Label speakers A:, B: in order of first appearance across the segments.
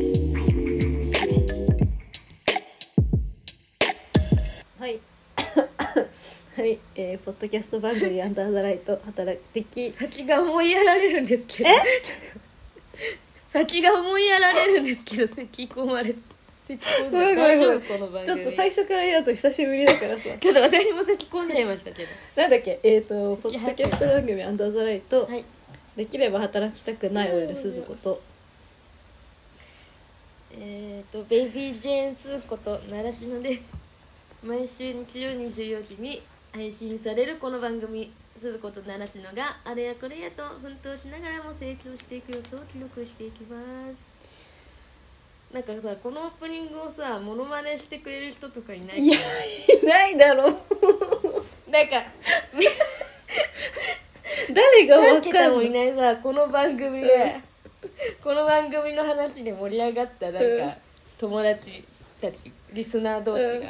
A: ドキャスト番 組「アンダーザライト働き
B: 先が思いやられるんですけど
A: え
B: 先が思いやられるんですけど 咳き込まれる咳き込ん
A: ごめ
B: だ
A: んごめんご
B: 大
A: め
B: 丈
A: ん
B: 夫この番
A: ちょ
B: 組
A: っと 最初からやると久しぶりだからさ
B: ちょっと私も咳き込んじゃいましたけ
A: なんだっけえっ、とポ
B: いや
A: ッドキャスト番組「アンダーザライト
B: ど」はい
A: できれば働きたくない OL 鈴子と
B: えっ、とベイビー・ジェーン・スー子と習志野です毎週日曜24時に配信されるこの番組スー子と習志野があれやこれやと奮闘しながらも成長していく様子を記録していきますなんかさこのオープニングをさモノマネしてくれる人とかいない
A: いやいないだろう
B: なんか
A: 誰が分か
B: 何桁
A: ん
B: も
A: ない
B: いないさこの番組でこの番組の話で盛り上がったなんか、
A: うん
B: 友達たちリスナー同士が、
A: うん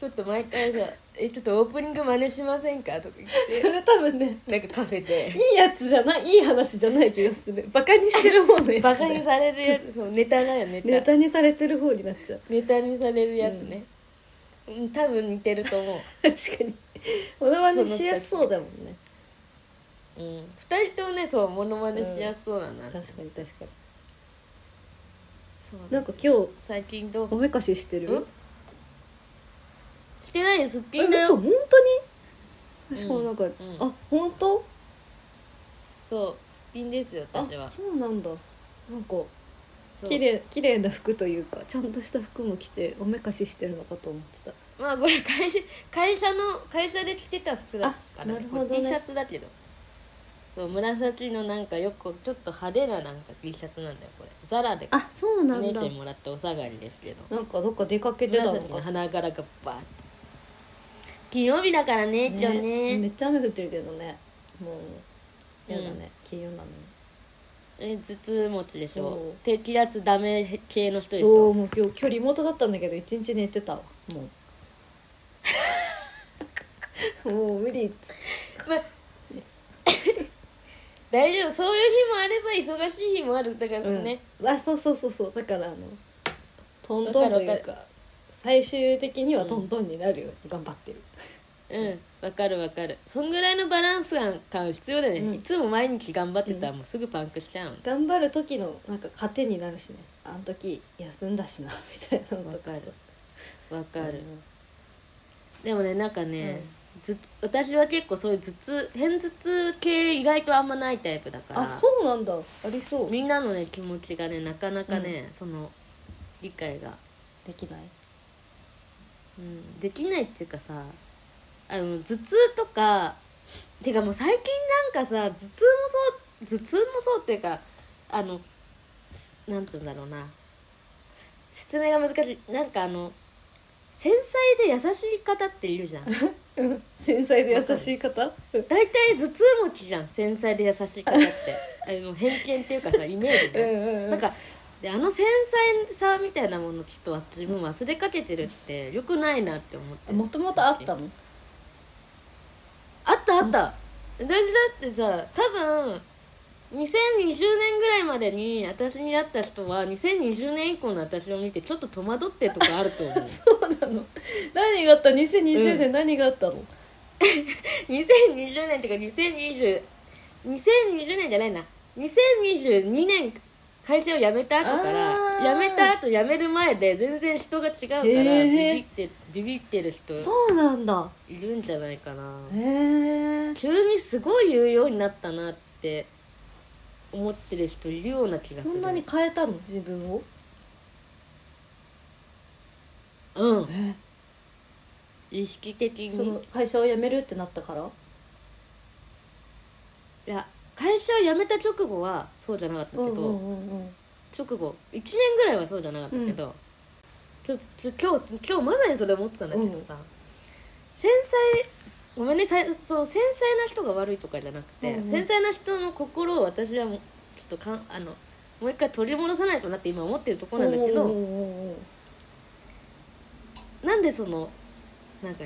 B: ちょっと毎回さ「えちょっとオープニング真似しませんか?」とか言っ
A: それ多分ね
B: てなんかカフェで
A: いいやつじゃないいい話じゃない気がするバカにしてる方のやつ
B: バカにされるやつそうネタだよネタ
A: ネタにされてる方になっちゃう
B: ネタにされるやつね、うん、多分似てると思う
A: 確かにモノマネしやすそうだもんね
B: うん、2人ともねそうモノマネしやすそうだな、
A: 確かに確かに
B: そう
A: なんか今日
B: 最近ど
A: お
B: う
A: めかししてる
B: んしてないよすっぴ
A: え
B: んだ
A: 嘘
B: よ
A: 本当
B: うん
A: にしかもなんか、
B: うん
A: あ本当
B: そうすっぴんですよ
A: あ
B: 私は
A: そうなんだなんか
B: そう
A: 綺麗綺麗な服というかちゃんとした服も着ておめかししてるのかと思ってた
B: まあこれ会社会社の会社で着てた服だから、
A: あなるほどね
B: これ T シャツだけどそう紫のなんかよくちょっと派手ななんか T シャツなんだよこれザラで
A: あそう
B: お
A: なん
B: 姉ち
A: だ
B: ゃんにもらったお下がりですけど
A: なんかどっか出かけてたの
B: 紫の
A: か
B: 花柄がバーって金曜日だからね今日ね
A: めっちゃ雨降ってるけどねもうやだね、金曜なのに
B: え頭痛持ちでし
A: そう
B: ょ低気圧ダメ系の人でし
A: そ
B: ょ
A: うもう今日今日リモートだったんだけど一日寝てたわ もうもう無理っつ
B: ま 大丈夫そういう日もあれば忙しい日もあるだから
A: うん
B: ね、
A: あそうそうそうそうだからあのトントンという
B: わ
A: か
B: かる
A: 最終的にはトントンになるよ、うに頑張ってる
B: うんわかるわかるそんぐらいのバランス感必要だよね、
A: うん
B: いつも毎日頑張ってたらもうすぐパンクしちゃうの
A: 頑張る時のなんか糧になるしねあの時休んだしなみたいなの
B: わ
A: と
B: か
A: か
B: るわかる、
A: うん
B: でもねなんかね、頭痛私は結構そういう頭痛偏頭痛系意外とあんまないタイプだから
A: あそうなんだありそう
B: みんなのね気持ちがねなかなかね、その理解が、
A: できない
B: うん、できないっていうかさあの頭痛とかてかもう最近なんかさ頭痛もそう頭痛もそうっていうかあのすなんて言うんだろうな説明が難しいなんかあの繊細で優しい方っているじゃん
A: うん繊細で優しい方うん
B: 大体頭痛持ちじゃん繊細で優しい方ってあの偏見っていうかさイメージ
A: う
B: で、
A: んうんうん
B: なんかであの繊細さみたいなものちょっとわ自分忘れかけてるってよくないなって思って
A: もともとあったの
B: あったあった、私だってさ多分2020年ぐらいまでに私に会った人は2020年以降の私を見てちょっと戸惑ってとかあると 思う
A: そうなの何があった2020
B: う
A: 年何があったの、
B: 2020年っていうか202020 2020年じゃないな2022年会社を辞めた後から
A: あー
B: 辞めた後辞める前で全然人が違うからビ
A: へー
B: ビってビビってる人
A: そうなんだ
B: いるんじゃないかな
A: へえ
B: 急にすごい言うようになったなって思ってる人いるような気がす
A: そ
B: る
A: んなに変えたの自分を
B: うん
A: え
B: 意識的
A: その
B: に
A: 会社を辞めるってなったから
B: いや会社を辞めた直後はそうじゃなかったけど、
A: うんうん
B: 直後1年ぐらいはそうじゃなかったけど、ちょちょ今日今日まさにそれ思ってたんだけどさ、繊細ごめんねさその繊細な人が悪いとかじゃなくて、
A: うんうん
B: 繊細な人の心を私はもうちょっとかんあのもう一回取り戻さないとなって今思ってるところなんだけど、
A: うんうんうん
B: なんでそのなんか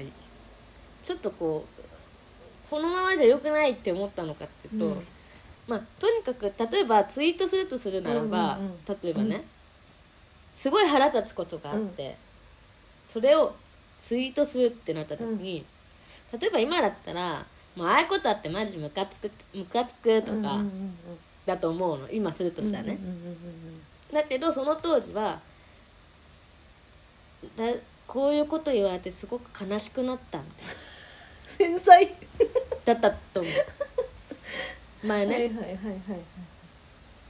B: ちょっとこうこのままじゃ良くないって思ったのかっていうと、
A: うん
B: まあとにかく例えばツイートするとするならば、
A: うんうん
B: 例えば
A: う
B: ねすごい腹立つことがあって、それをツイートするってなった時に、例えば今だったらもうああいうことあってマジムカつくムカつくと
A: うんうんう
B: か
A: んうん
B: だと思うの今するとしたらね、
A: うんうんうん
B: だけどその当時はだこういうこと言われてすごく悲しくなったみたい
A: うん繊細
B: なだったと思う前ね、
A: はいはいはいはい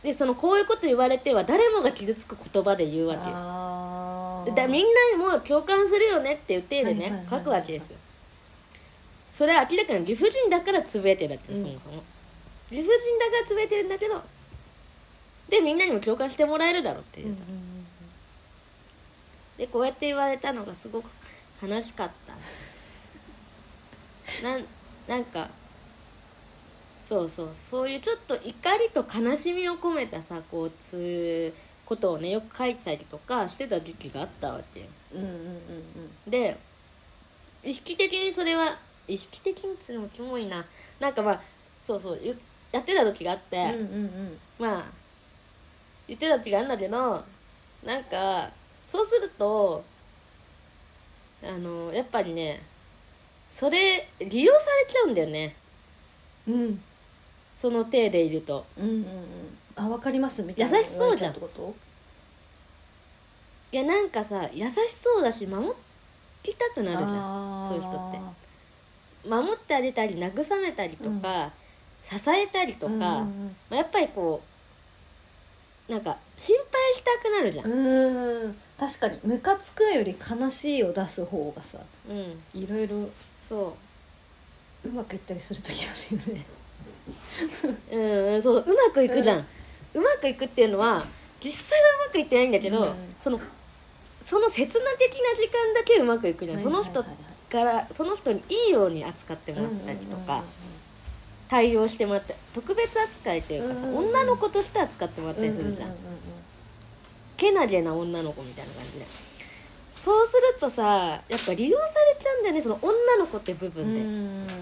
B: でそのこういうこと言われては誰もが傷つく言葉で言うわけよ
A: あー
B: だみんなにも共感するよねっていう体で
A: はいはいはい
B: ね
A: はい
B: 書くわけですよそれは明らかに理不尽だからつぶやいてるわけ、
A: うん
B: そもそも理不尽だからつぶやいてるんだけどでみんなにも共感してもらえるだろうっていう
A: うん
B: さ、
A: うん
B: でこうやって言われたのがすごく悲しかったなんなんかそうそうそういうちょっと怒りと悲しみを込めたさこうつことをねよく書いてたりとかしてた時期があったわけ
A: うんうんうん
B: で意識的にそれは意識的にっつうのもキモいななんかまあそうそうゆやってた時があって、
A: うんうんうんうん
B: まあ言ってた時があるんだけどなんかそうするとあのやっぱりねそれ利用されちゃうんだよね
A: うん
B: その体でいると
A: うんうんうんあわかりますみたいな
B: 優しそうじゃん
A: 言われたってこ
B: いやなんかさ優しそうだし守りたく
A: と
B: なるじゃん
A: あー
B: そういう人って守ってあげたり慰めたりとか、支えたりとか、
A: うん
B: まあ、やっぱりこうなんか心配したくなるじゃん、
A: うんうんうん確かにムカつくより悲しいを出す方がさ
B: うん、
A: いろいろ
B: そう
A: まくいったりする時あるよね
B: ううんそううまくいくじゃん、うまくいくっていうのは実際はうまくいってないんだけど、
A: うん
B: そのその刹那的な時間だけうまくいくじゃん、その人
A: はいはいはい
B: からその人にいいように扱ってもらったりとか、対応してもらって特別扱いというかさ、
A: うんうんうん
B: 女の子として扱ってもらっ
A: う
B: た
A: んう
B: り
A: ん
B: す
A: うんうんうんうんうん
B: るじゃん,、けなげな女の子みたいな感じでそうするとさやっぱ利用されちゃうんだよねその女の子って部分で、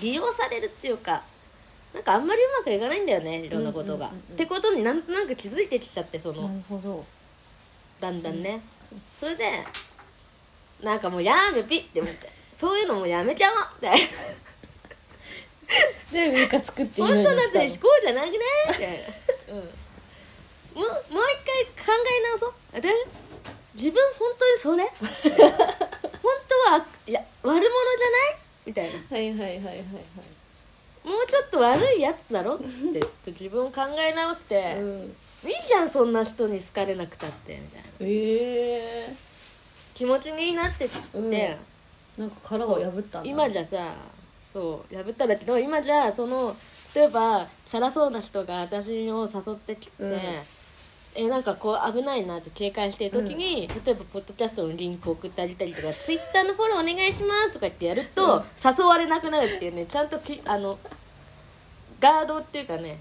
B: 利用されるっていうかなんかあんまりうまくいかないんだよねいろんなことが、
A: うんうんうんうん
B: ってことになんとなく気づいてきちゃってその、
A: うんなるほど
B: だんだんね
A: そう
B: それでなんかもうやめぴって思ってそういうのもうやめちゃおうっ
A: で
B: て
A: ムカつくっていう
B: 本
A: ように
B: 当だっ
A: したの
B: てこうじゃなくねみたいな、うん、もうもう一回考え直そう私自分本当にそれ 本当はいや悪者じゃないみたいな
A: はいはいはいはいはい
B: もうちょっと悪いやつだろってちょっ と自分を考え直して、
A: うん
B: いいじゃんそんな人に好かれなくたってみたいな
A: ええ
B: 気持ちになってきて、
A: うんなんか殻を破ったんだ
B: 今じゃさそう破ったんだけど今じゃその例えばチャラそうな人が私を誘ってきて、
A: うん
B: えなんかこう危ないなって警戒してる時に、例えばポッドキャストのリンク送ってあげたりとかツイッターのフォローお願いしますとか言ってやると、誘われなくなるっていうねちゃんとピあのガードっていうかね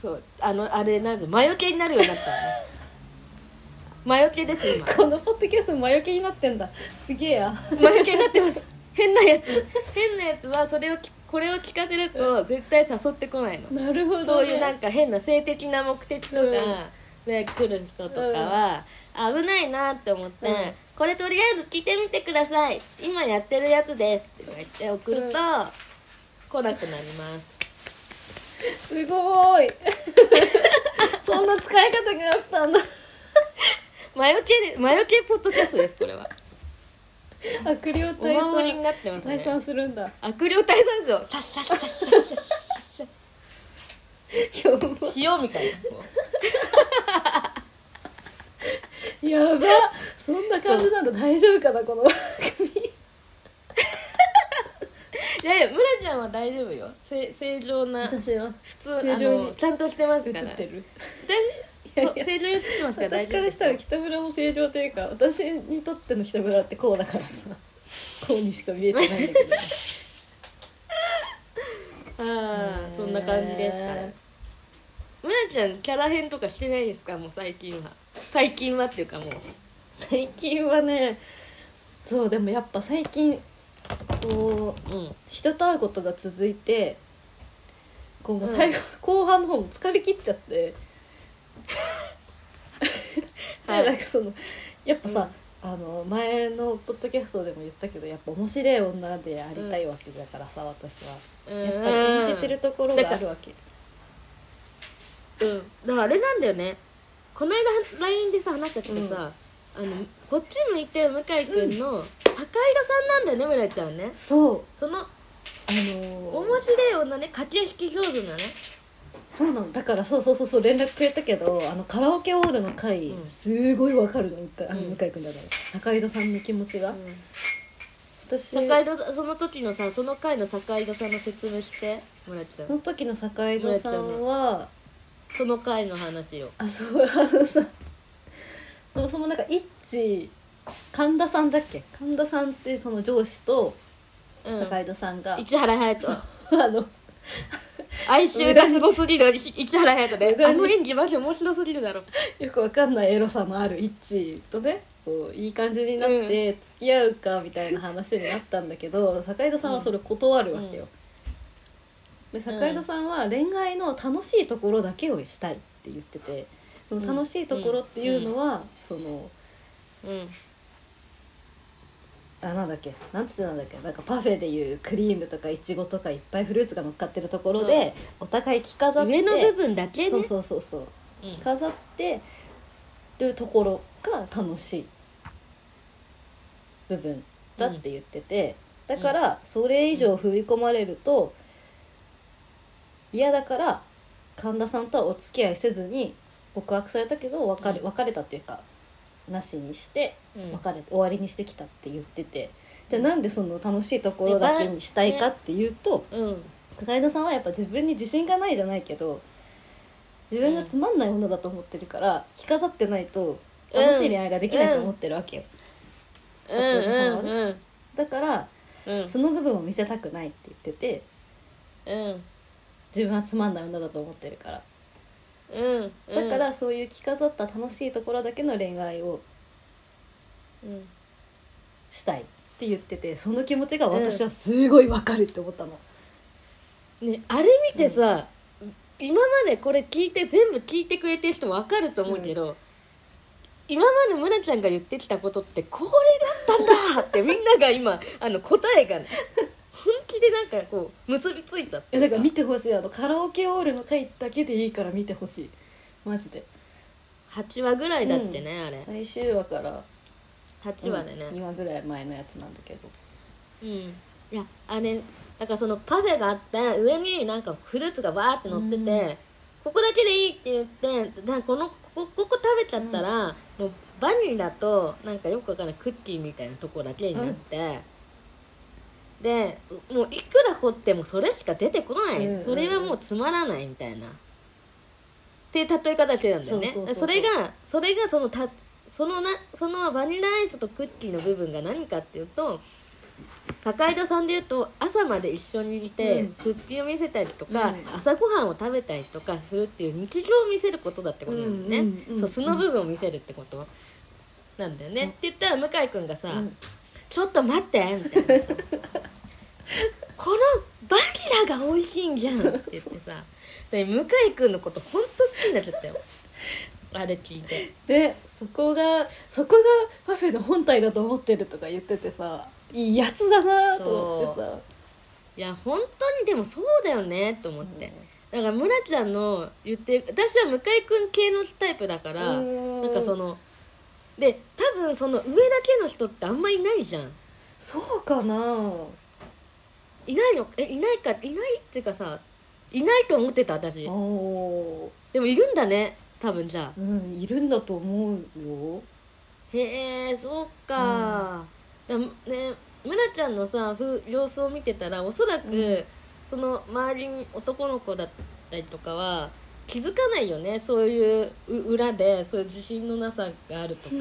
B: そうあのあれなんで魔除けになるようになったのね魔除けです今
A: このポッドキャスト魔除けになってんだすげえや
B: 魔除けになってます変なやつ変なやつはそれをきこれを聞かせると絶対誘ってこないの
A: なるほどね、
B: そういうなんか変な性的な目的とか、ね、来る人とかは、危ないなって思って、
A: うん
B: これとりあえず聞いてみてください今やってるやつです」って言って送る
A: う
B: と、
A: ん
B: 来なくなります
A: すごーい そんな使い方があったんだ
B: 魔除けで魔除けポッドキャストですこ れは
A: 悪霊
B: お
A: 退
B: 守りに
A: 散
B: なってます
A: 退
B: ね
A: 散する んだ
B: 悪霊退散ですよシャッシャッシャッシャッシャッシャッ
A: やば
B: 塩みたいなこう
A: やばそんな感じなんだ大丈夫かなこの番組
B: いやいや村ちゃんは大丈夫よせ正常な普
A: 私は
B: 通
A: 正常に
B: あのちゃんとしてます
A: 映
B: から
A: ってる
B: 私そう正常に映ってますから
A: 私
B: 大
A: か
B: 丈夫
A: ら
B: で
A: し
B: す
A: たら北村も正常というか私にとっての北村ってこうだからさこうにしか見えてないんだけ ど
B: ああそんな感じでした
A: へ
B: 村ちゃんキャラ変とかしてないですかもう最近は最近はっていうかもう
A: 最近はねそうでもやっぱ最近こう
B: うん
A: 人と会うことが続いてこうもう最後、後半の方も疲れ切っちゃって、
B: はい
A: でなんかそのやっぱさ、
B: うん
A: あの前のポッドキャストでも言ったけどやっぱ面白い女でありたいわけだからさ、私はやっぱり演じてるところがあるわけ
B: うんだからあれなんだよねこの間 LINE でさ話したけどさ、あのこっち向いて向井君の高井戸さんなんだよね村井ちゃんはね
A: そう
B: その
A: あの
B: 面白い女ね駆け引き標準だね
A: そうなのだからそうそうそうそう連絡くれたけどあのカラオケオールの回、
B: うん
A: すごいわかるの向井あの
B: うん
A: 向井君だから坂井戸さんの気持ちが、私
B: 坂井戸その時のさその回の坂井戸さんの説明してもらっちゃ
A: その
B: う
A: 時の坂井戸さんは
B: その回の話を
A: あそうあのさそもそもなんか一神田さんだっけ神田さんってその上司と
B: うん
A: 坂井戸さんが、
B: 市原隼人
A: あの
B: 哀愁がすごす ぎる市原隼人ね
A: 裏
B: あ
A: に
B: の演技マジ面白すぎるだろ
A: よくわかんないエロさのある一とねこういい感じになって付き合うかみたいな話になったんだけど坂井戸さんはそれ断るわけよ。で坂井戸さんは恋愛の楽しいところだけをしたいって言っててその楽しいところっていうのは、その
B: うん
A: あなんだっけなんつってたんだっけなんかパフェでいうクリームとかいちごとかいっぱいフルーツが乗っかってるところでお互い着飾って
B: 上の部分だけね
A: そうそうそうそう着飾ってるところが楽しい部分だって言ってて、だからそれ以上踏み込まれると嫌だから神田さんとはお付き合いせずに告白されたけど別れ,、
B: うん
A: 別れたっていうかなしにして
B: うん
A: 別れ終わりにしてきたって言ってて。じゃあなんでその楽しいところだけにしたいかっていうと、
B: うん
A: 高井戸さんはやっぱ自分に自信がないじゃないけど自分がつまんない女だと思ってるから、着飾ってないと楽しい恋愛ができないと思ってるわけよ、
B: うんうんうん
A: だから
B: うん
A: その部分を見せたくないって言ってて
B: うん
A: 自分はつまんない女だと思ってるから
B: うん
A: だからそういう着飾った楽しいところだけの恋愛を
B: うん
A: したいって言っててその気持ちが私はすごいわかるって思ったの、
B: ねあれ見てさ、今までこれ聞いて全部聞いてくれてる人も分かると思うけど、今まで村ちゃんが言ってきたことってこれだったんだってみんなが今あの答えがね本気でなんかこう結びついたって
A: え
B: い
A: だ
B: う
A: から見てほしいあのカラオケオールの回だけでいいから見てほしいマジで
B: 8話ぐらいだってね、あれ
A: 最終話から
B: 8話でね、
A: 2話ぐらい前のやつなんだけど
B: うんいやあれなんかそのパフェがあって上になんかフルーツがバーって乗ってて、
A: うん
B: ここだけでいいって言ってなんかこのここここ食べちゃったら、もうバニラとなんかよくわかんないクッキーみたいなとこだけになって、でもういくら掘ってもそれしか出てこない、
A: うん
B: それはもうつまらないみたいなっていう例え方してたんだよね
A: そうそうそうそう
B: れがそれがそのたそのなそのバニラアイスとクッキーの部分が何かっていうと坂井戸さんでいうと朝まで一緒にいて
A: うん
B: すっぴんを見せたりとか、
A: うん
B: 朝ごはんを食べたりとかするっていう日常を見せることだってことなんだよね、
A: うんうんうん
B: そう素の部分を見せるってことなんだよね
A: そう
B: って言ったら向井君がさ、
A: うん
B: ちょっと待って」みたい なさこのバニラが美味しいんじゃん」って言ってさで向井君のことほんと好きになっちゃったよあれ聞いて
A: でそこがそこがパフェの本体だと思ってるとか言っててさいいやつだなと思ってさ
B: いや本当にでもそうだよねと思って、だから村ちゃんの言って私は向井君系のタイプだから
A: う
B: なんかそので多分その上だけの人ってあんまいないじゃん
A: そうかない
B: ないのえいないかいないっていうかさいないと思ってた私
A: おー
B: でもいるんだね多分じゃあ
A: うんいるんだと思うよ
B: へえそうか,、だねむらちゃんのさふ様子を見てたらおそらく、
A: うん
B: その周りに男の子だったりとかは気づかないよねそういうう裏でそういう自信のなさがあ るとか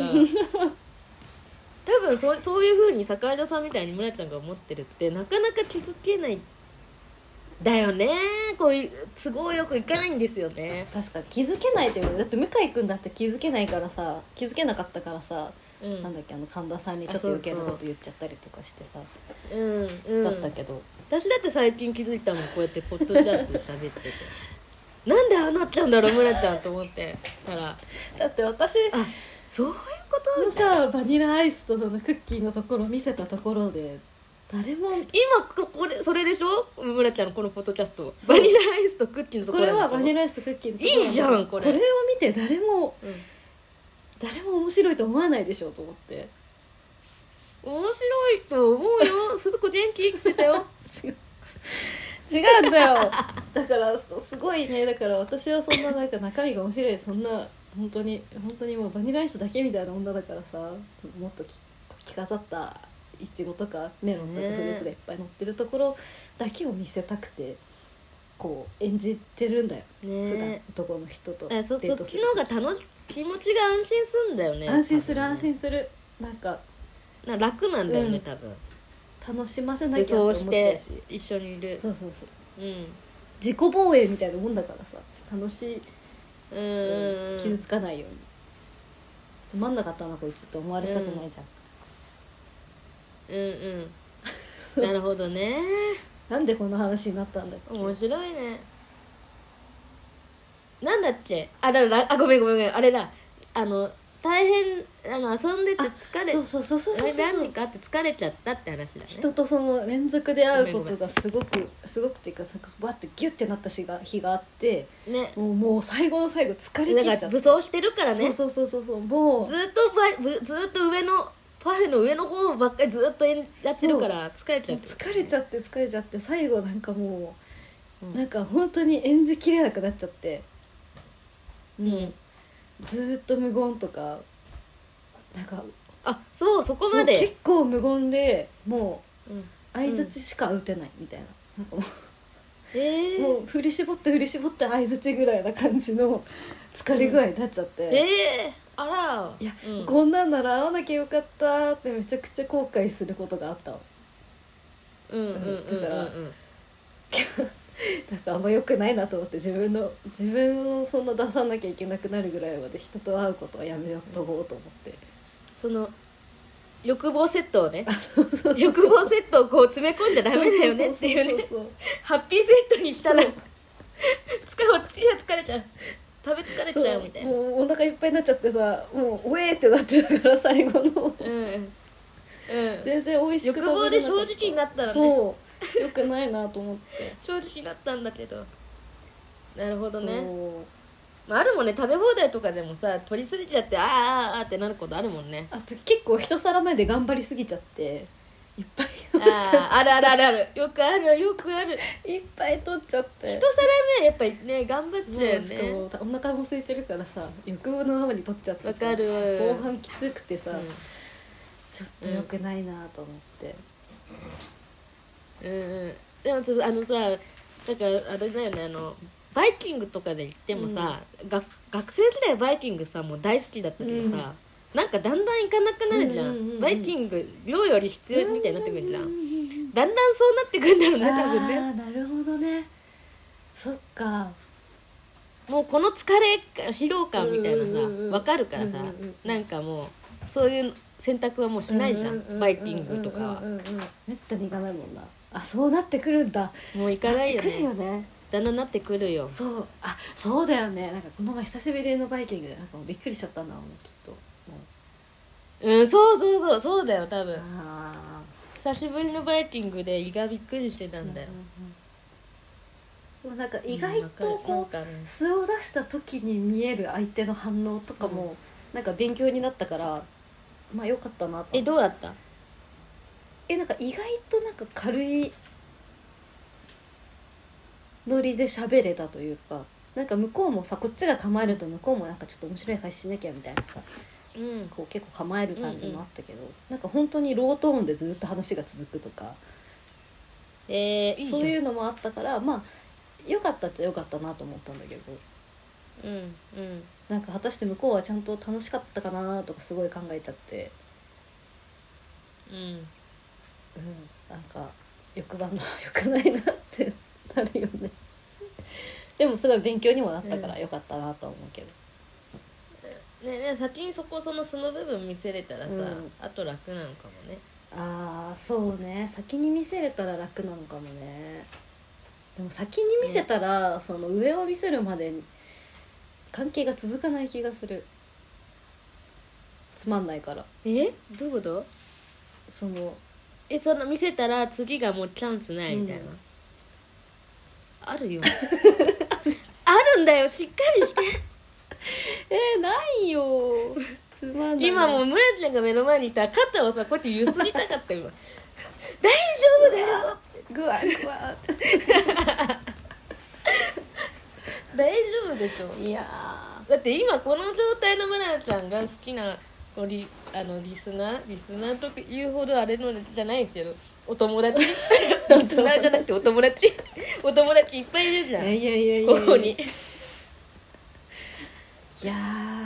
B: 多分そうそういうふうに坂井田さんみたいにむらちゃんが思ってるってなかなか気づけないだよねこういう都合よくいかないんですよね、
A: 確かに気づけないというかだって向井君だって気づけないからさ気づけなかったからさ、
B: うん、
A: なんだっけあの神田さんにちょっと
B: あそう
A: 余
B: そう
A: 計なこと言っちゃったりとかしてさ
B: うんうん
A: だったけど
B: 私だって最近気づいたもんこうやってポッドキャストで喋ってて なんでああなっちゃうんだろう村ちゃんと思ってたらあ
A: だって私
B: そういうこと
A: のさバニラアイスとそのクッキーのところ見せたところで誰も
B: 今ここれそれでしょ村ちゃんのこのポッドキャストバニラアイスとクッキーのとこ
A: こ
B: ろ
A: れはバニ
B: ラ
A: ラアイスとクッキーのところ
B: いいじゃんこれ
A: これを見て誰も
B: うん
A: 誰も面白いと思わないでしょうと思って
B: 面白いと思 うよすずこ元気してたよ
A: 違う違うんだよ だからそすごいねだから私はそんななんか中身が面白いそんな本当に本当にもうバニラアイスだけみたいな女だからさもっとき着飾ったいちごとかメロンとかフルーツがいっぱい乗ってるところだけを見せたくてこう演じてるんだよ、普段
B: ね
A: 男の人と
B: えそそっち
A: る
B: の方が楽し気持ちが安心すんだよね
A: 安心する
B: 多分
A: 安心するなんか
B: な楽なんだよね、
A: うん
B: 多分
A: 楽しませなきゃ
B: で
A: って思
B: そ
A: っちゃ
B: うし
A: う
B: て
A: し
B: 一緒にいる
A: そうそうそう
B: うんうん
A: 自己防衛みたいなもんだからさ楽しい
B: うんうん
A: 傷つかないようにつまんなかったなこいつって思われたくないじゃん、
B: うんうんなるほどね
A: なんでこの話になったんだっけ
B: 面白いねなんだっけあだからあごめんごめんごめんあれだあの大変あの遊んでて疲れ
A: そうそうそうそうそう
B: え
A: そう
B: 何かあって疲れちゃったって話だね
A: 人とその連続で会うこと
B: ごめんご
A: がすごくすごくっていうかバッてギュッてなった日が日があって
B: ね
A: もうもう最後の最後疲れ
B: だ
A: き
B: か
A: っちゃ
B: ら
A: って
B: 武装してるからね
A: そうそうそうそうそうもう
B: ずっとばぶずっと上のパフェの上の方ばっかりずっとえんやってるから疲れちゃってる
A: 疲れちゃって疲れちゃって最後なんかもう、
B: うん
A: なんか本当に演じきれなくなっちゃって、う
B: うん
A: ずーっと無言とかなんか
B: あそうそこ
A: そ
B: ま
A: う
B: で
A: 結構無言でも
B: うん
A: う相づちしか打てないみたいな,、なんか
B: え
A: もう
B: ー
A: もう振り絞って振り絞って相づちぐらいな感じの疲れ具合になっちゃって、
B: えーあら
A: いや、
B: うん
A: こんなんなら会わなきゃよかったってめちゃくちゃ後悔することがあったの
B: うんうんうん
A: だ
B: う
A: から
B: んうん
A: なんかあんま良くないなと思って自分の自分をそんな出さなきゃいけなくなるぐらいまで人と会うことはやめようとこうと思って、
B: その欲望セットをね欲望セットをこう詰め込 んじゃダメだよねっていうね
A: そうそう
B: ハッピーセットにしたら疲れ疲れちゃう食べ疲れ
A: そう
B: ち
A: そ
B: ゃ
A: う
B: うみたいな
A: もうお腹いっぱいになっちゃってさもう「おえ!」ってなってたから最後 の
B: うんうん
A: 全然美味しく食
B: 欲
A: べれな
B: 望
A: かっ
B: で
A: た
B: 正直になったらね
A: そう良くないなと思って
B: 正直になったんだけどなるほどね、
A: そう
B: まあ、あるもんね食べ放題とかでもさ取りすぎちゃってあーあーあーってなることあるも んね
A: あと結構一皿目で頑張りすぎちゃっていっぱい
B: あーあるあるあるあるよくあるよくある
A: いっぱい取っちゃって
B: 一皿目やっぱりね頑張っちゃうよ
A: そ
B: ね
A: うしかもお腹も空いてるからさ欲望のままに取っちゃってさ
B: わかる
A: 後半きつくてさ、
B: う
A: ちょっと良くないなと思って、
B: んうんうんでもそうあのさだからあれだよねあのバイキングとかで行ってもさ、が学生時代バイキングさもう大好きだったけどさ、なんかだんだん行かなくなるじゃん,、
A: うんうんうんうん
B: バイキング量より必要みたいになってくるじゃん、
A: うん
B: だんだんそうなってくるんだろうね多分ね
A: あーなるほどねそっか
B: もうこの疲れか疲労感みたいな
A: うん
B: さ
A: うんうん
B: わかるからさ、
A: うんうんうん
B: なんかもうそういう選択はもうしないじゃん,、
A: うううう
B: バイキングとかは、
A: うんうんうんめったに行かないもんなあそうなってくるんだ
B: もう行かないよ
A: 来るよ
B: ね
A: ね
B: だんだんなってくるよ
A: そうあそうだよねなんかこの前久しぶりのバイキングでなんかもうびっくりしちゃったんだもんきっともう
B: うんそうそうそうそうだよ多分
A: あ
B: 久しぶりのバイキングで胃がびっくりしてた
A: あ
B: んだよ、
A: でもなんか意外とこう、
B: うんわかるなんか
A: 素を出した時に見える相手の反応とかも、なんか勉強になったからまあ良かったなと
B: えどうだった
A: えなんか意外となんか軽いノリで喋れたというかなんか向こうもさこっちが構えると向こうもなんかちょっと面白い話しなきゃみたいなさ
B: うん
A: こう結構構える感じもあったけど、なんか本当にロートーンでずっと話が続くとか
B: えー、いいじゃ
A: そう
B: ん
A: いうのもあったからまあ良かったっちゃ良かったなと思ったんだけど
B: うんうん
A: なんか果たして向こうはちゃんと楽しかったかなとかすごい考えちゃって。
B: うん
A: うん、なんか欲張んのは良くないなってなるよね でもすごい勉強にもなったから
B: う
A: 良かったなと思うけど、
B: ねね先にそこその素の部分見せれたらさ、
A: うん
B: あと楽なのかもね
A: ああそうね先に見せれたら楽なのかもねでも先に見せたら、その上を見せるまで関係が続かない気がするつまんないから
B: えどういうこと
A: その
B: えその見せたら次がもうチャンスないみたいな、
A: うん
B: あるよ あるんだよしっかりして
A: えー、ないよつまんない
B: 今もう村ちゃんが目の前にいたら肩をさこうやってゆすりたかった今大丈夫だよ
A: グワグワ
B: 大丈夫でしょ
A: いや
B: だって今この状態の村ちゃんが好きなこうリあのリスナーリスナーと言うほどあれのじゃないですよお 友達リスナーじゃなくてお友達 お友達いっぱいいるじゃ
A: ー
B: ん
A: いやいやいやいや
B: ここに
A: いや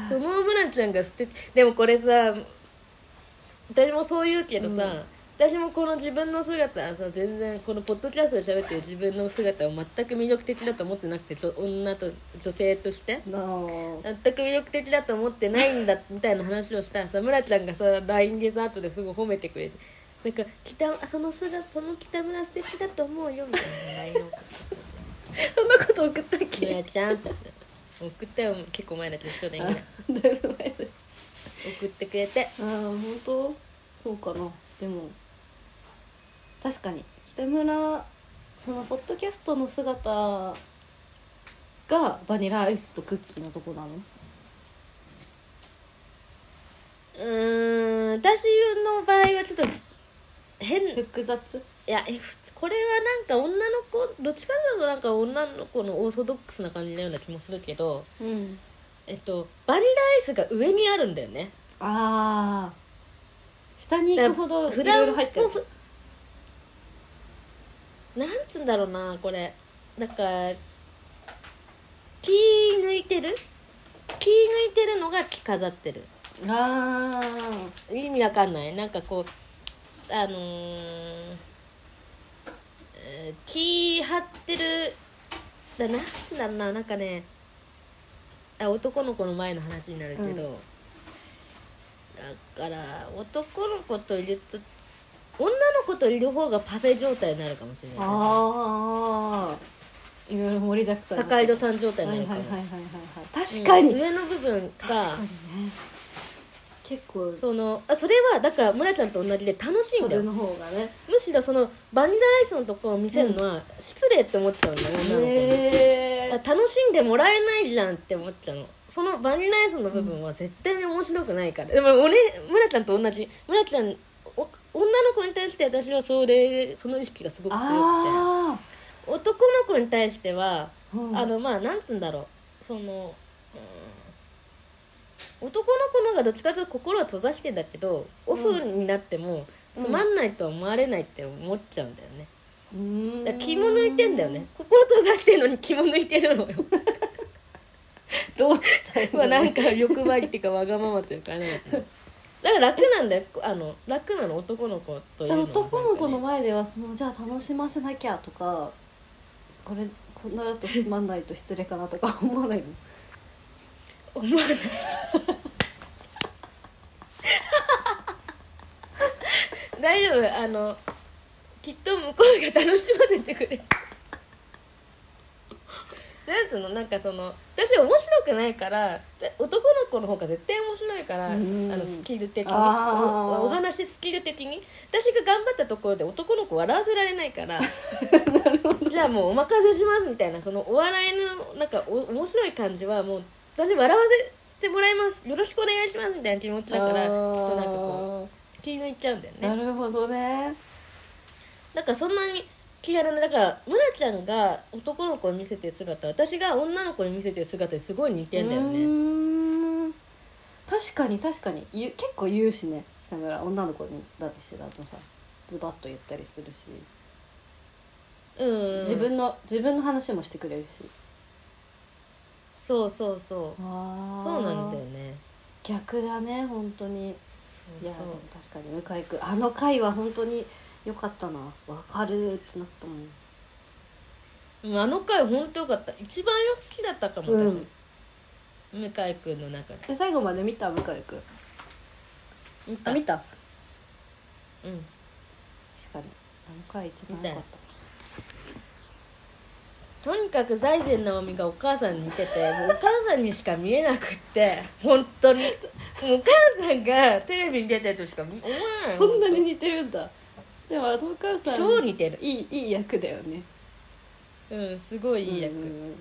A: ー
B: その村ちゃんが捨てでもこれさ私もそう言うけどさ、
A: うん
B: 私もこの自分の姿はさ全然このポッドキャストで喋ってる自分の姿を全く魅力的だと思ってなくてちょ女と女性として
A: なあ
B: 全く魅力的だと思ってないんだみたいな話をしたらさ村ちゃんがさ LINE でさ後ですごい褒めてくれてなんか北その姿その北村素敵だと思うよみたいな LINE を送って
A: そんなこと送ったっ
B: 「村
A: け
B: ちゃん」って送ったよ結構前だけど去年ぐらい
A: あだいぶ前だ
B: 送ってくれて
A: ああ本当そうかなでも確かに北村そのポッドキャストの姿がバニラアイスとクッキーのとこなの
B: うーん私の場合はちょっと変い
A: 複雑
B: やえふつこれはなんか女の子どっちかというとなんか女の子のオーソドックスな感じのような気もするけど
A: うん
B: えっとバニラアイスが上にあるんだよね
A: ああ下に行くほどい
B: 普
A: ろ
B: 段
A: いろ入ってる
B: もふなんつうんだろうなこれなんか気抜いてる気抜いてるのが着飾ってる
A: あ
B: 意味わかんないなんかこうあのーえー気張ってるだなんつうんだろうななんかねあ男の子の前の話になるけど、
A: うん
B: だから男の子といると女の子といる方がパフェ状態になるかもしれ
A: あ
B: ない
A: ああいろいろ盛りだくさん
B: 坂井戸さん状
A: は
B: 態
A: いは
B: にないる
A: は
B: か
A: い
B: も、
A: はいはいはい確かに、
B: うん上の部分
A: 確
B: が
A: かにね結構
B: そのあそれはだから村ちゃんと同じで楽しいん
A: そ
B: だよ
A: れの方がね
B: むしろそのバニラアイスのところを見せるのは失礼って思っちゃうの、女の子に、
A: へ
B: だ
A: ー
B: から楽しんでもらえないじゃんって思っちゃうのそのバニラアイスの部分は絶対に面白くないから、でも俺村ちゃんと同じ村ちゃんお女の子に対して私はそれその意識がすごく強くて
A: あ
B: 男の子に対しては、
A: ー、うん
B: あのまあなんつうんだろうその、うん、男の子の方がどっちかというと心は閉ざしてんだけどオフになっても
A: うん
B: つまんないとは思われないって思っちゃうんだよね、
A: うーん
B: だから気も抜いてんだよね心閉ざしてんのに気も抜いてるのよ
A: どうしたい
B: まあ
A: の
B: なんか欲張りっていうかわがままというかねだから楽なんだよあの楽なの男の子というのは
A: 男の子の前ではそのじゃあ楽しませなきゃとかこれこんなだとつまんないと失礼かなとか思わないの
B: 思わない大丈夫あのきっと向こうが楽しませてくれる なんつうのなんかその私面白くないからで男の子の方が絶対面白いからあ
A: うん
B: のスキル的に
A: あー
B: おお話スキル的に私が頑張ったところで男の子笑わせられないから じゃあもうお任せしますみたいなそのお笑いのなんかお面白い感じはもう私笑わせてもらいますよろしくお願いしますみたいな気持ちだから
A: あ
B: きっ
A: ー
B: となんかこう気抜いちゃうんだよね
A: なるほどね
B: なんかそんなに気がらないだから村ちゃんが男の子に見せてる姿私が女の子に見せてる姿にすごい似てんだよ
A: う
B: ね
A: ーん確かに確かにゆ結構言うしね北村女の子にだとしてだとさズバッと言ったりするし、
B: うん
A: 自分の自分の話もしてくれるし
B: そうそうそう
A: そ
B: そ
A: う
B: なんだよね
A: 逆だね本当にい
B: そう
A: や
B: そ
A: で
B: う
A: も確かに向井君あの回は本当に良かったなわかるってなったもん
B: うんあの回本当よかった一番よく好きだったかも、
A: うん
B: 私向井君の中で
A: え最後まで見た向井君
B: 見た
A: あ見た確
B: うん
A: かにあの回一番良かっ
B: とにかく財前直美がお母さんに似ててもうお母さんにしか見えなくって本当にもうお母さんがテレビに出てるとしか思わない
A: そんなに似てるんだでもあのお母さん
B: 超似てる
A: いいいい役だよね
B: うんすごいいい役
A: う
B: うんん、
A: うんうん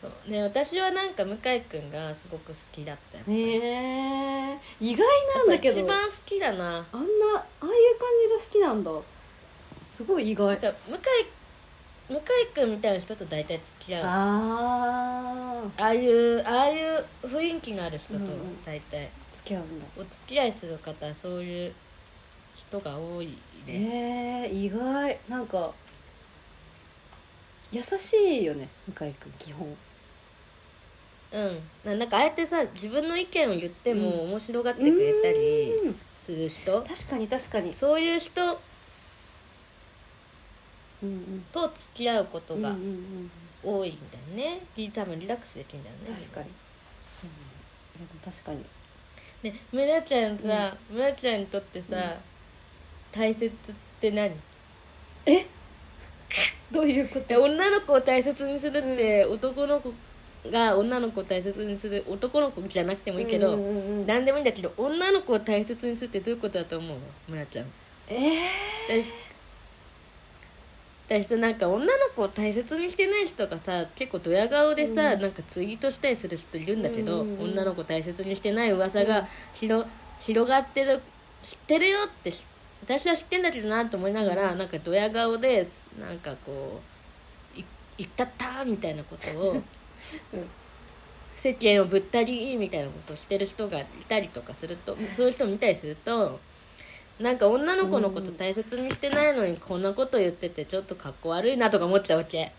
B: そうね私はなんか向井君がすごく好きだったよ
A: ねえ意外なんだけど
B: やっぱ一番好きだな
A: あんなああいう感じが好きなんだすごい意外
B: なんか向井向井君みたいな人と大体付き合うあ
A: ああ
B: あいうああいう雰囲気のある人と
A: うん
B: 大体、
A: 付き合うんだ
B: お付き合いする方はそういう人が多いね、
A: えー、意外なんか優しいよね向井君基本
B: うんななんかああやってさ自分の意見を言っても
A: うん
B: 面白がってくれたり
A: うん
B: する人、
A: 確かに確かに
B: そういう人
A: うんうん
B: と付き合うこと
A: うんうんう
B: が
A: ん
B: 多いんだよね、リ多分リラックスできるんだよね
A: 確かにそうなんだでも確かに
B: ねむらちゃんさ、むらちゃんにとってさ、
A: うん
B: 大切って何
A: どういうこと
B: で女の子を大切にするって、男の子が女の子を大切にする男の子じゃなくてもいいけど、
A: うんうんうんうん
B: 何でもいいんだけど女の子を大切にするってどういうことだと思うむらちゃん
A: え
B: 私私さなんか女の子を大切にしてない人がさ結構ドヤ顔でさ、
A: うん
B: なんかツイートしたりする人いるんだけど、
A: うんうんうん
B: 女の子大切にしてない噂
A: うん
B: が広,、広がってる知ってるよってし私は知ってんだけどなと思いながら、なんかドヤ顔でなんかこうい「言ったった!」みたいなことを、
A: うん
B: 世間をぶったりみたいなことをしてる人がいたりとかするとそういう人見たりすると。なんか女の子のこと大切にしてないのにこんなこと言っててちょっとかっこ悪いなとか思っちゃうわけ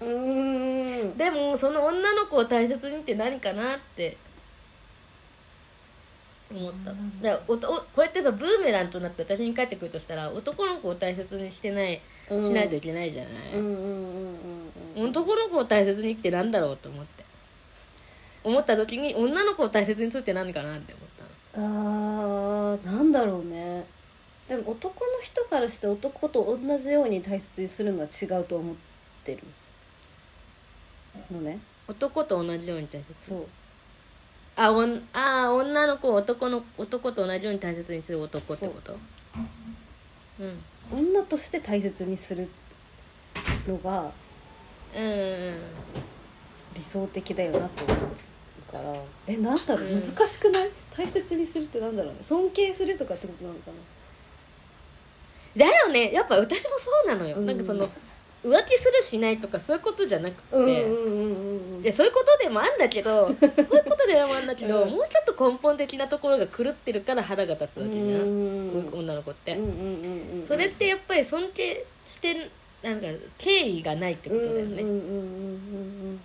A: ー、うーん
B: でもその女の子を大切にって何かなって思った
A: うん
B: だからおとおこれってやっぱブーメランとなって私に返ってくるとしたら男の子を大切にしてない
A: うん
B: しないといけないじゃない、
A: うんうんうんうんうん
B: 男の子を大切にってなんだろうと思って思った時に女の子を大切にするって何かなって思ったの
A: あーなんだろうねでも男の人からして男と同じように大切にするのは違うと思ってるのね
B: 男と同じように大切
A: そう
B: あおんあー女の子を男の男と同じように大切にする男ってことうんうん
A: 女として大切にするのが
B: うんうん
A: 理想的だよなと思うからえなんだろう
B: うん
A: 難しくない、大切にするってなんだろうね尊敬するとかってことなのかな
B: だよねやっぱ私もそうなのよ、
A: うん
B: なんかその浮気するしないとかそういうことじゃなくて、
A: うんうんうんうんうん
B: いやそういうことでもあんだけ どそういうことでもあんだけど、
A: うん
B: もうちょっと根本的なところが狂ってるから腹が立つ
A: う
B: わ
A: ん
B: け
A: う
B: じゃ
A: ん
B: ん、
A: うんうん
B: 女の子って、
A: うんうん
B: それってやっぱり尊敬してなんか敬意がないってことだよね、
A: うんうんうんうんうんうん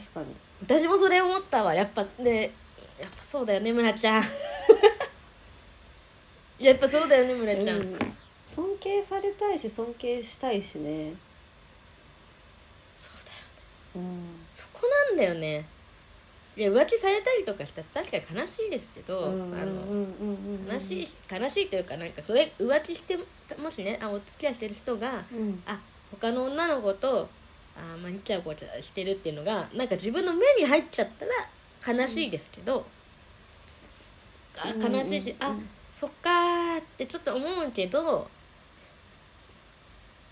A: 確かに
B: 私もそれ思ったわやっぱねやっぱそうだよね村ち ゃんやっぱそうだよね村ちゃん、
A: うん尊敬されたいし尊敬したいしね
B: そうだよ
A: うん
B: そこなんだよねいや浮気されたりとかしたら確かに悲しいですけど、
A: うん
B: あ
A: う
B: の
A: んうんうん
B: 悲しいし悲しいというかなんかそれ浮気してもしねあお付き合いしてる人が
A: うん
B: あ他の女の子とあまあニちゃこちゃしてるっていうのがなんか自分の目に入っちゃったら悲しいですけ
A: う
B: ど、
A: んう
B: あ
A: んうん
B: 悲しいし、あそっかーってちょっと思うけど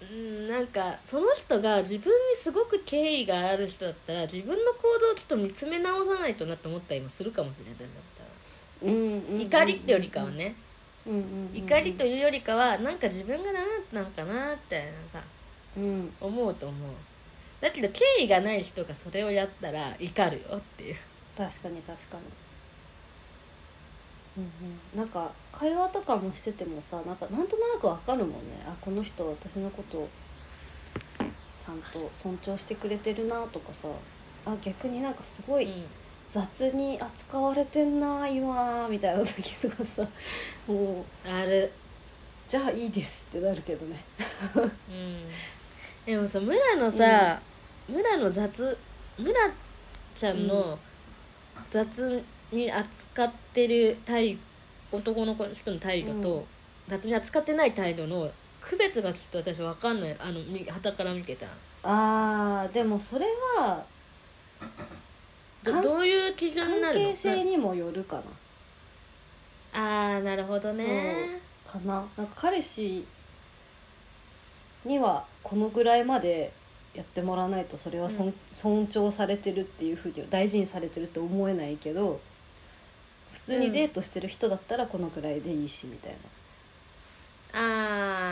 B: うんなんかその人が自分にすごく敬意がある人だったら自分の行動をちょっと見つめ直さないとなって思ったりもするかもしれないだった
A: うんうんうんうん
B: ら怒りってよりかはね、
A: うんうんうん
B: 怒りというよりかはなんか自分がダメだったのかなってなんか
A: うん
B: 思うと思うだけど敬意がない人がそれをやったら怒るよっていう
A: 確かに確かにうんうんなんか会話とかもしててもさなんかなんとなくわかるもんねあこの人私のことをちゃんと尊重してくれてるなとかさあ逆になんかすごい、雑に扱われてんな今みたいな時とかさ もう
B: うん、ある
A: じゃあいいですってなるけどね
B: うんでもさ村のさ、村の雑村ちゃん
A: う
B: の雑に扱ってる態男の子の人の態度と、雑に扱ってない態度の区別がきっと私わかんないあのみ旗から見てたら
A: あーでもそれは
B: ど
A: 関
B: どういう基準
A: 関
B: になるの
A: 係性にもよるかな
B: なあーなるほどね
A: かななんか彼氏にはこのぐらいまでやってもらわないとそれは尊,、
B: う
A: 尊重されてるっていうふうに大事にされてるって思えないけど普通
B: う
A: に
B: ん
A: デートしてる人だったらこのぐらいでいいしみたいな、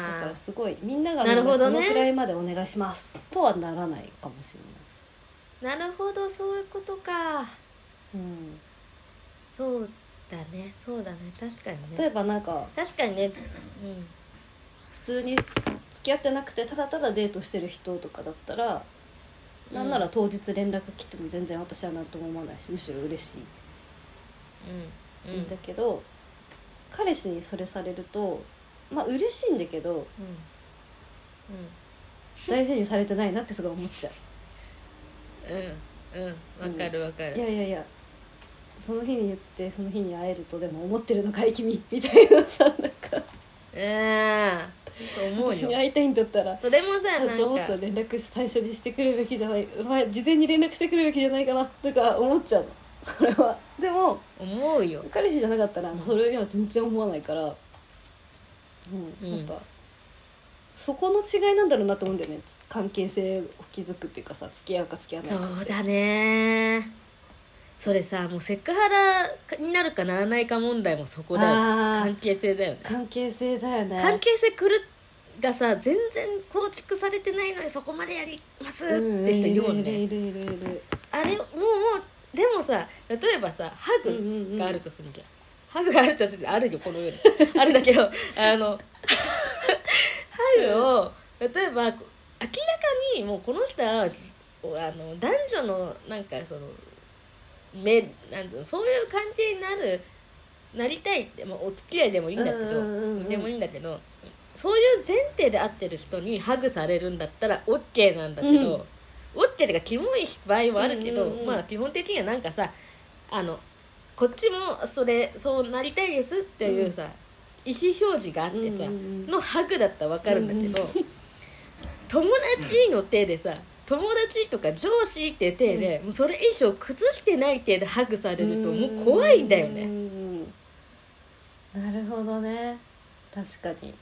A: だか
B: あ
A: らすごいみんなが
B: なるほど
A: みんな
B: ね
A: このぐらいまでお願いしますとはならないかもしれ
B: あなるほどそういうことか
A: ない、うん
B: そうだねそうだね確かに
A: 例え
B: ね
A: ばなんか
B: 確かにね、うん、
A: 普通に付き合ってなくてただただデートしてる人とかだったら、なんなら当日連絡来ても全然私は何とも思わないしむしろ嬉しい
B: うんうん
A: んだけど、彼氏にそれされるとまあ嬉しいんだけ ど
B: うん
A: 大事にされてないなってすごい思っちゃ
B: うんうんうんわかるわか
A: う
B: る、
A: いやいやいやその日に言ってその日に会えるとでも思ってるのかい君みたいなさなんか
B: うんそう思う
A: 私に
B: よ
A: 会いたいんだったら
B: それもさ
A: ちゃ
B: なん
A: んともっ
B: か
A: と連絡し最初にしてくるべきじゃないお前事前に連絡してくるべきじゃないかなとか思っちゃうのそれはでも
B: 思うよ
A: 彼氏じゃなかったらそれには全然思わないから、うん、
B: うん
A: やっぱ、そこの違いなんだろうなと思うんだよねつ関係性を築くっていうかさ付き合うか付き合わないか
B: そうだねそれさもうセクハラになるかならないか問題もそこだよ
A: あー
B: 関係性だよね
A: 関係性だよね
B: 関係性くるがさ全然構築されてないのにそこまでやりますっ
A: うん
B: て人いるもんね、
A: いるいるいるいる
B: あれもうもうでもさ例えばさハ
A: うんうんうん
B: グがあるとするじゃん,、ハグがあるとするあるよこの世に あるんだけどあのハグを例えばこう明らかにもうこの人はこうあの男女のなんかその目なんていうのそういう関係になるなりたいって、まあ、お付き合いでもいいんだけど、
A: うんうんうんうん
B: でもいいんだけどそういう前提で会ってる人にハグされるんだったら OK なんだけど、OK ってかキモい場合もあるけど、
A: うんうんうん
B: まあ基本的にはなんかさあのこっちもそれそうなりたいですっていうさ、意思表示があってさ、
A: うんうんうん
B: のハグだったらわかるんだけど、
A: うん
B: 友達の手でさ友達とか上司って手で、もうそれ以上崩してない手でハグされるともう怖いんだよね。
A: うんなるほどね確かに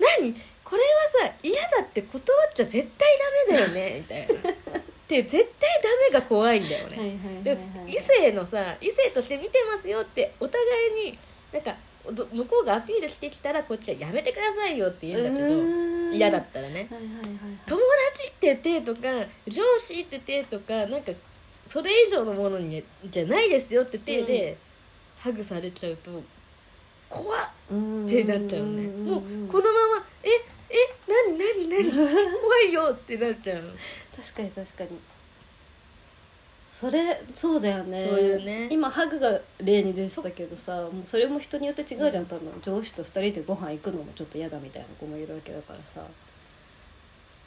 B: 何これはさ嫌だって断っちゃ絶対ダメだよね みたいな。で絶対ダメが怖いんだよね。
A: はいはいは
B: で
A: いはい
B: 異性のさ異性として見てますよってお互いになんかど向こうがアピールしてきたらこっちはやめてくださいよって言うんだ
A: う
B: けど
A: ーん
B: 嫌だったらね
A: はいはいはいはい
B: 友達って手とか上司って手とかなんかそれ以上のものにじゃないですよって手で、ハグされちゃうと怖っ
A: うん
B: ってなっちゃうねもうこ
A: の
B: のまま「ええ何 何何怖いよ」ってなっちゃうの
A: 確かに確かにそれそうだよね
B: そういうね
A: 今ハグが例に出てたけどさもうそれも人によって違うじゃん多分上司と2人でご飯行くのもちょっと嫌だみたいな子もいるわけだからさ、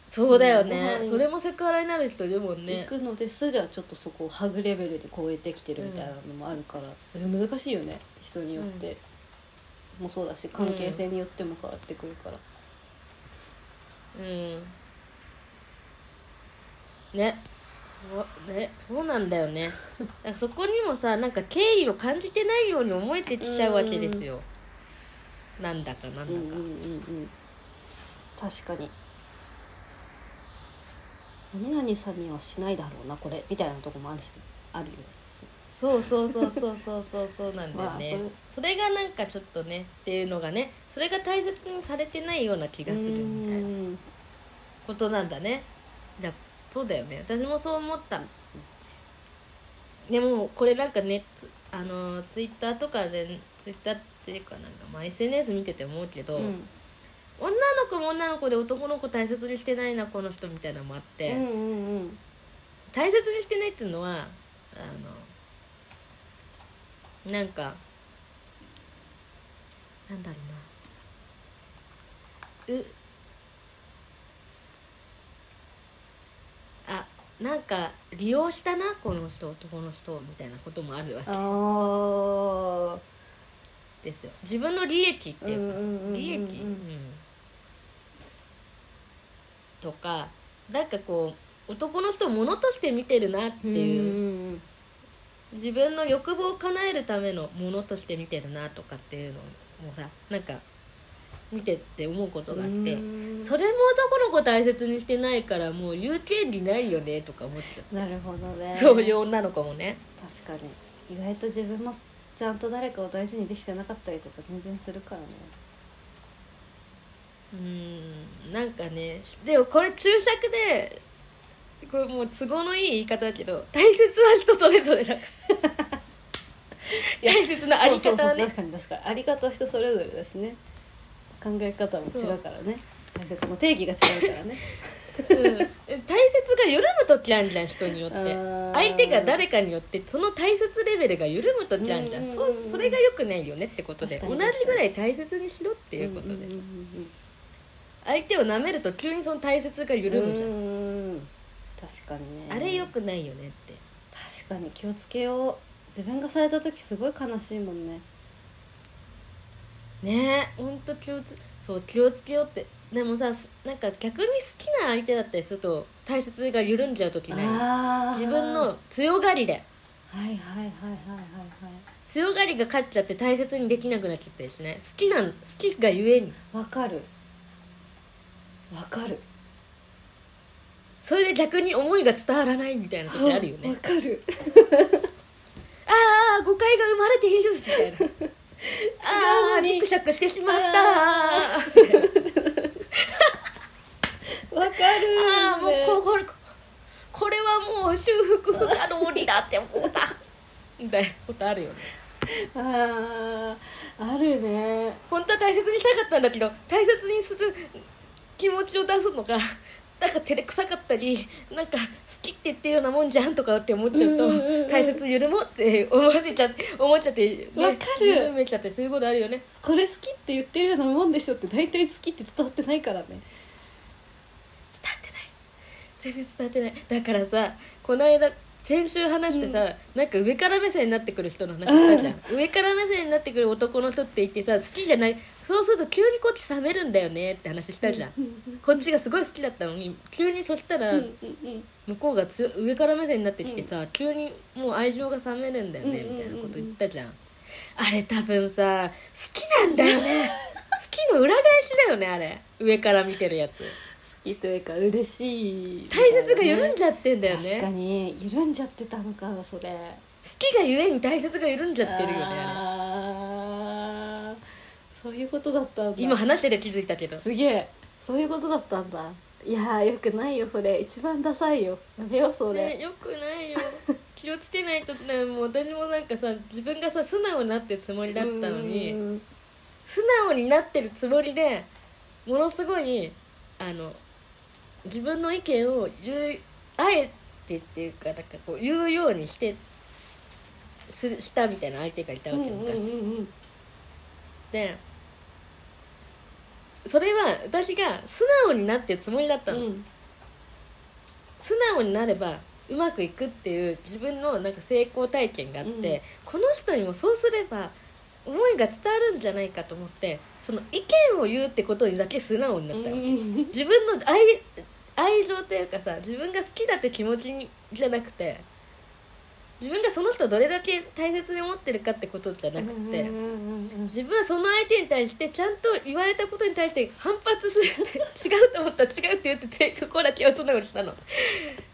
B: そうだよね、
A: うん
B: それもセクハラになる人いるもん
A: 行
B: ね
A: くのですらちょっとそこをハグレベルで超えてきてるみたいなのもあるから、難しいよね人によって、もそうだし関係性によっても変わってくるから、
B: うんねわねそうなんだよね だからそこにもさなんか敬意を感じてないように思えてきちゃうわけですよ、なんだかなんだ
A: う
B: か、
A: んうんうんうん確かに何々さんにはしないだろうなこれみたいなとこもあるしあるよね
B: そうそうそうそうそうそうそうなんだよね、
A: まあ
B: それがなんかちょっとねっていうのがねそれが大切にされてないような気がするみたいな
A: うん
B: ことなんだねだそうだよね私もそう思ったでもこれなんかねつあのツイッターとかでツイッターっていうかなんか、まあ、SNS 見てて思うけど、
A: うん
B: 女の子も女の子で男の子大切にしてないなこの人みたいなのもあって、
A: うんうんうん
B: 大切にしてないっていうのはあのなんかなんだろうなうあなんか利用したなこの人男の人みたいなこともあるわけ
A: あ
B: ですよ自分の利益っていうか、
A: うんうんうんうんうん
B: 利益、うんとかなんかこう男の人を物として見てるなってい
A: う
B: う
A: ん
B: 自分の欲望を叶えるためのものとして見てるなとかっていうのもさなんか見てって思うことがあって
A: うん
B: それも男の子大切にしてないからもう言う権利ないよねとか思っちゃっ
A: なるほどね
B: たそういう女の子もね
A: 確かに意外と自分もちゃんと誰かを大事にできてなかったりとか全然するからね
B: うんなんかねでもこれ注釈でこれもう都合のいい言い方だけど大切は人それぞれだから
A: いや
B: 大切なあり
A: そう
B: 方
A: そ
B: は
A: うそう
B: ね
A: 確かに確かにあり方は人それぞれだしね考え方も違うからね大切の定義が違うからね
B: うん大切が緩む時あるじゃん人によっ
A: あ
B: て
A: ー
B: 相手が誰かによってその大切レベルが緩む時あるじゃ
A: う
B: ん
A: んうん
B: そ
A: うん
B: うそれがよくないよねってことで
A: 確
B: 同
A: か
B: じ
A: に確かに
B: ぐらい大切にしろっていうことで、
A: んんんうん
B: 相手を舐めると急にその大切が緩むじゃん、
A: うーん確かにね
B: あれよくないよねって
A: 確かに気をつけよう自分がされた時すごい悲しいもんね
B: ねえほんと気をつそう気をつけようってでもさすなんか逆に好きな相手だったりすると大切が緩んじゃう時ない
A: あー
B: 自分
A: はい
B: の強がりで
A: はいはいはいはい
B: 強がりが勝っちゃって大切にできなくなっちゃったりしない好きなん好きがゆえに
A: はいわかるわかる
B: それで逆に思いが伝わらないみたいな時あるよ
A: わ
B: ね
A: かる
B: ああ誤解が生まれている みたいなあ
A: 違
B: あ
A: うのに
B: ギクシャクしてしまったあー
A: わかる
B: あーもうここれこれはもう修復不可能になってもうたみたいなことあるよね
A: あーあるね
B: 本当は大切にしたかったんだけど大切にする気持ちを出すのがなんか照れくさかったりなんか好きって言ってるようなもんじゃんとかって思っちゃうと
A: うんうんうんうん
B: 大切緩もって思わせちゃ思っちゃって、ね、
A: わかる
B: 緩めちゃってそういうことあるよね
A: これ好きって言ってるようなもんでしょって大体好きって伝わってないからね
B: 伝わってない全然伝わってないだからさこの間先週話してさ、なんか上から目線になってくる人の話したじゃん、上から目線になってくる男の人って言ってさ好きじゃないそうすると急にこっち冷めるんだよねって話したじゃん、こっちがすごい好きだったのに急にそしたら
A: うんうん
B: 向こうがつ上から目線になってきてさ、急にもう愛情が冷めるんだよね
A: うんうんうん
B: みたいなこと言ったじゃん,、あれ多分さ好きなんだ よね好きの裏返しだよねあれ上から見てるやつ
A: いいというか嬉しいみた
B: 大
A: いなね
B: 切が緩んじゃってんだよね
A: 確かに緩んじゃってたのかそれ
B: 好きがゆえに大切が緩んじゃってるよねあれ
A: あーそういうことだったんだ
B: 今話してて気づいたけど
A: すげえそういうことだったんだいやーよくないよそれ一番ダサいよやめようそれ、
B: ね、よくないよ気をつけないとねもう私もなんかさ自分がさ素直になってるつもりだったのに
A: うん
B: 素直になってるつもりでものすごいあの自分の意見を言うあえてっていうかなんかこう言うようにしてするしたみたいな相手がいた
A: う
B: わ
A: ん
B: け
A: うん
B: 昔、
A: うん
B: でそれは私が素直になってるつもりだった
A: う
B: の、
A: ん
B: 素直になればうまくいくっていう自分のなんか成功体験があって、
A: うん
B: この人にもそうすれば思いが伝わるんじゃないかと思ってその意見を言うってことにだけ素直になったわけ、
A: うん
B: 自分の愛愛情というかさ自分が好きだって気持ちにじゃなくて自分がその人をどれだけ大切に思ってるかってことじゃなくて、
A: うんうんうんうん
B: 自分はその相手に対してちゃんと言われたことに対して反発するって違うと思ったら違うって言っててそこだけはそんなことしたの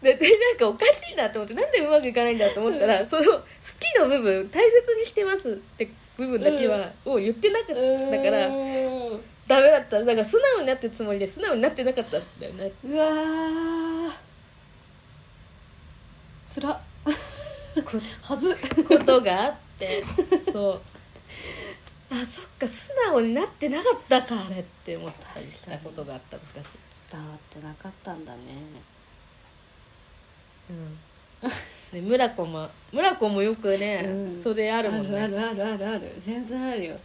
B: ででなんかおかしいなと思ってなんでうまくいかないんだと思ったらその好きの部分大切にしてますって部分だけは、を言ってなかっただから
A: う
B: ダメだっただから素直になってるつもりで素直になってなかったんだよね
A: わーつら
B: こ
A: はず
B: ことがあってそうあそっか素直になってなかったかあれって思ったりしたことがあった昔。
A: 伝わってなかったんだね
B: で村子も村子もよくね、
A: うん
B: それあるもんね
A: あるあるあるある全然あるよ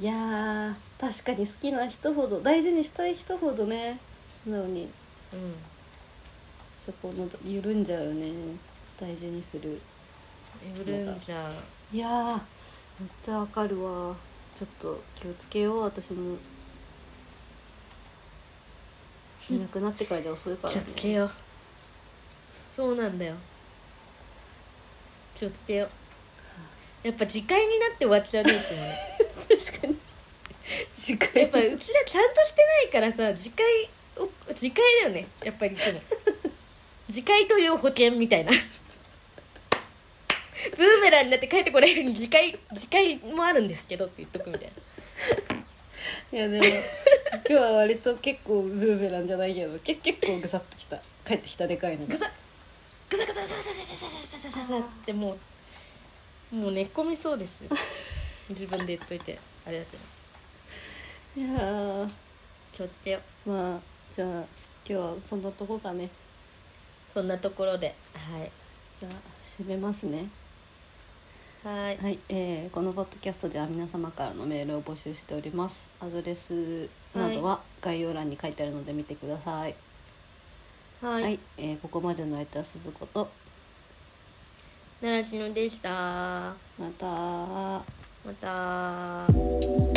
A: いやー確かに好きな人ほど大事にしたい人ほどね素直に
B: うん、
A: そこの緩んじゃうよね大事にする
B: エブルンジャー
A: いやーめっちゃわかるわ ちょっと気をつけよう私もいなくなってからじゃ遅いから、
B: 気をつけようそうなんだよ気をつけようやっぱ次回になって終わっちゃうねいつも ね
A: 確かに次回
B: やっぱうちらちゃんとしてないからさ次回を次回だよねやっぱりいつも次回という保険みたいなブーメランになって帰ってこれるように次回次回もあるんですけどって言っとくみたいない
A: やでも今日は割と結構ブーメランじゃないけどけ結構ぐさっときた帰ってきたでかいの
B: ぐ
A: が
B: さぐさぐさぐさぐさぐさぐさぐさぐさぐさってもうもう寝込みそう ですよ自分で言っといてありがとう
A: いやー
B: 気をつけよう
A: まあじゃあ今日はそんなとこかね
B: そんなところではい
A: じゃあ締めますね
B: はい
A: はい、えーこのポッドキャストでは皆様からのメールを募集しておりますアドレスなどは概要欄に書いてあるので見てください
B: は、
A: はいい、えーここまでの間鈴子と
B: 奈良しのでした
A: また
B: また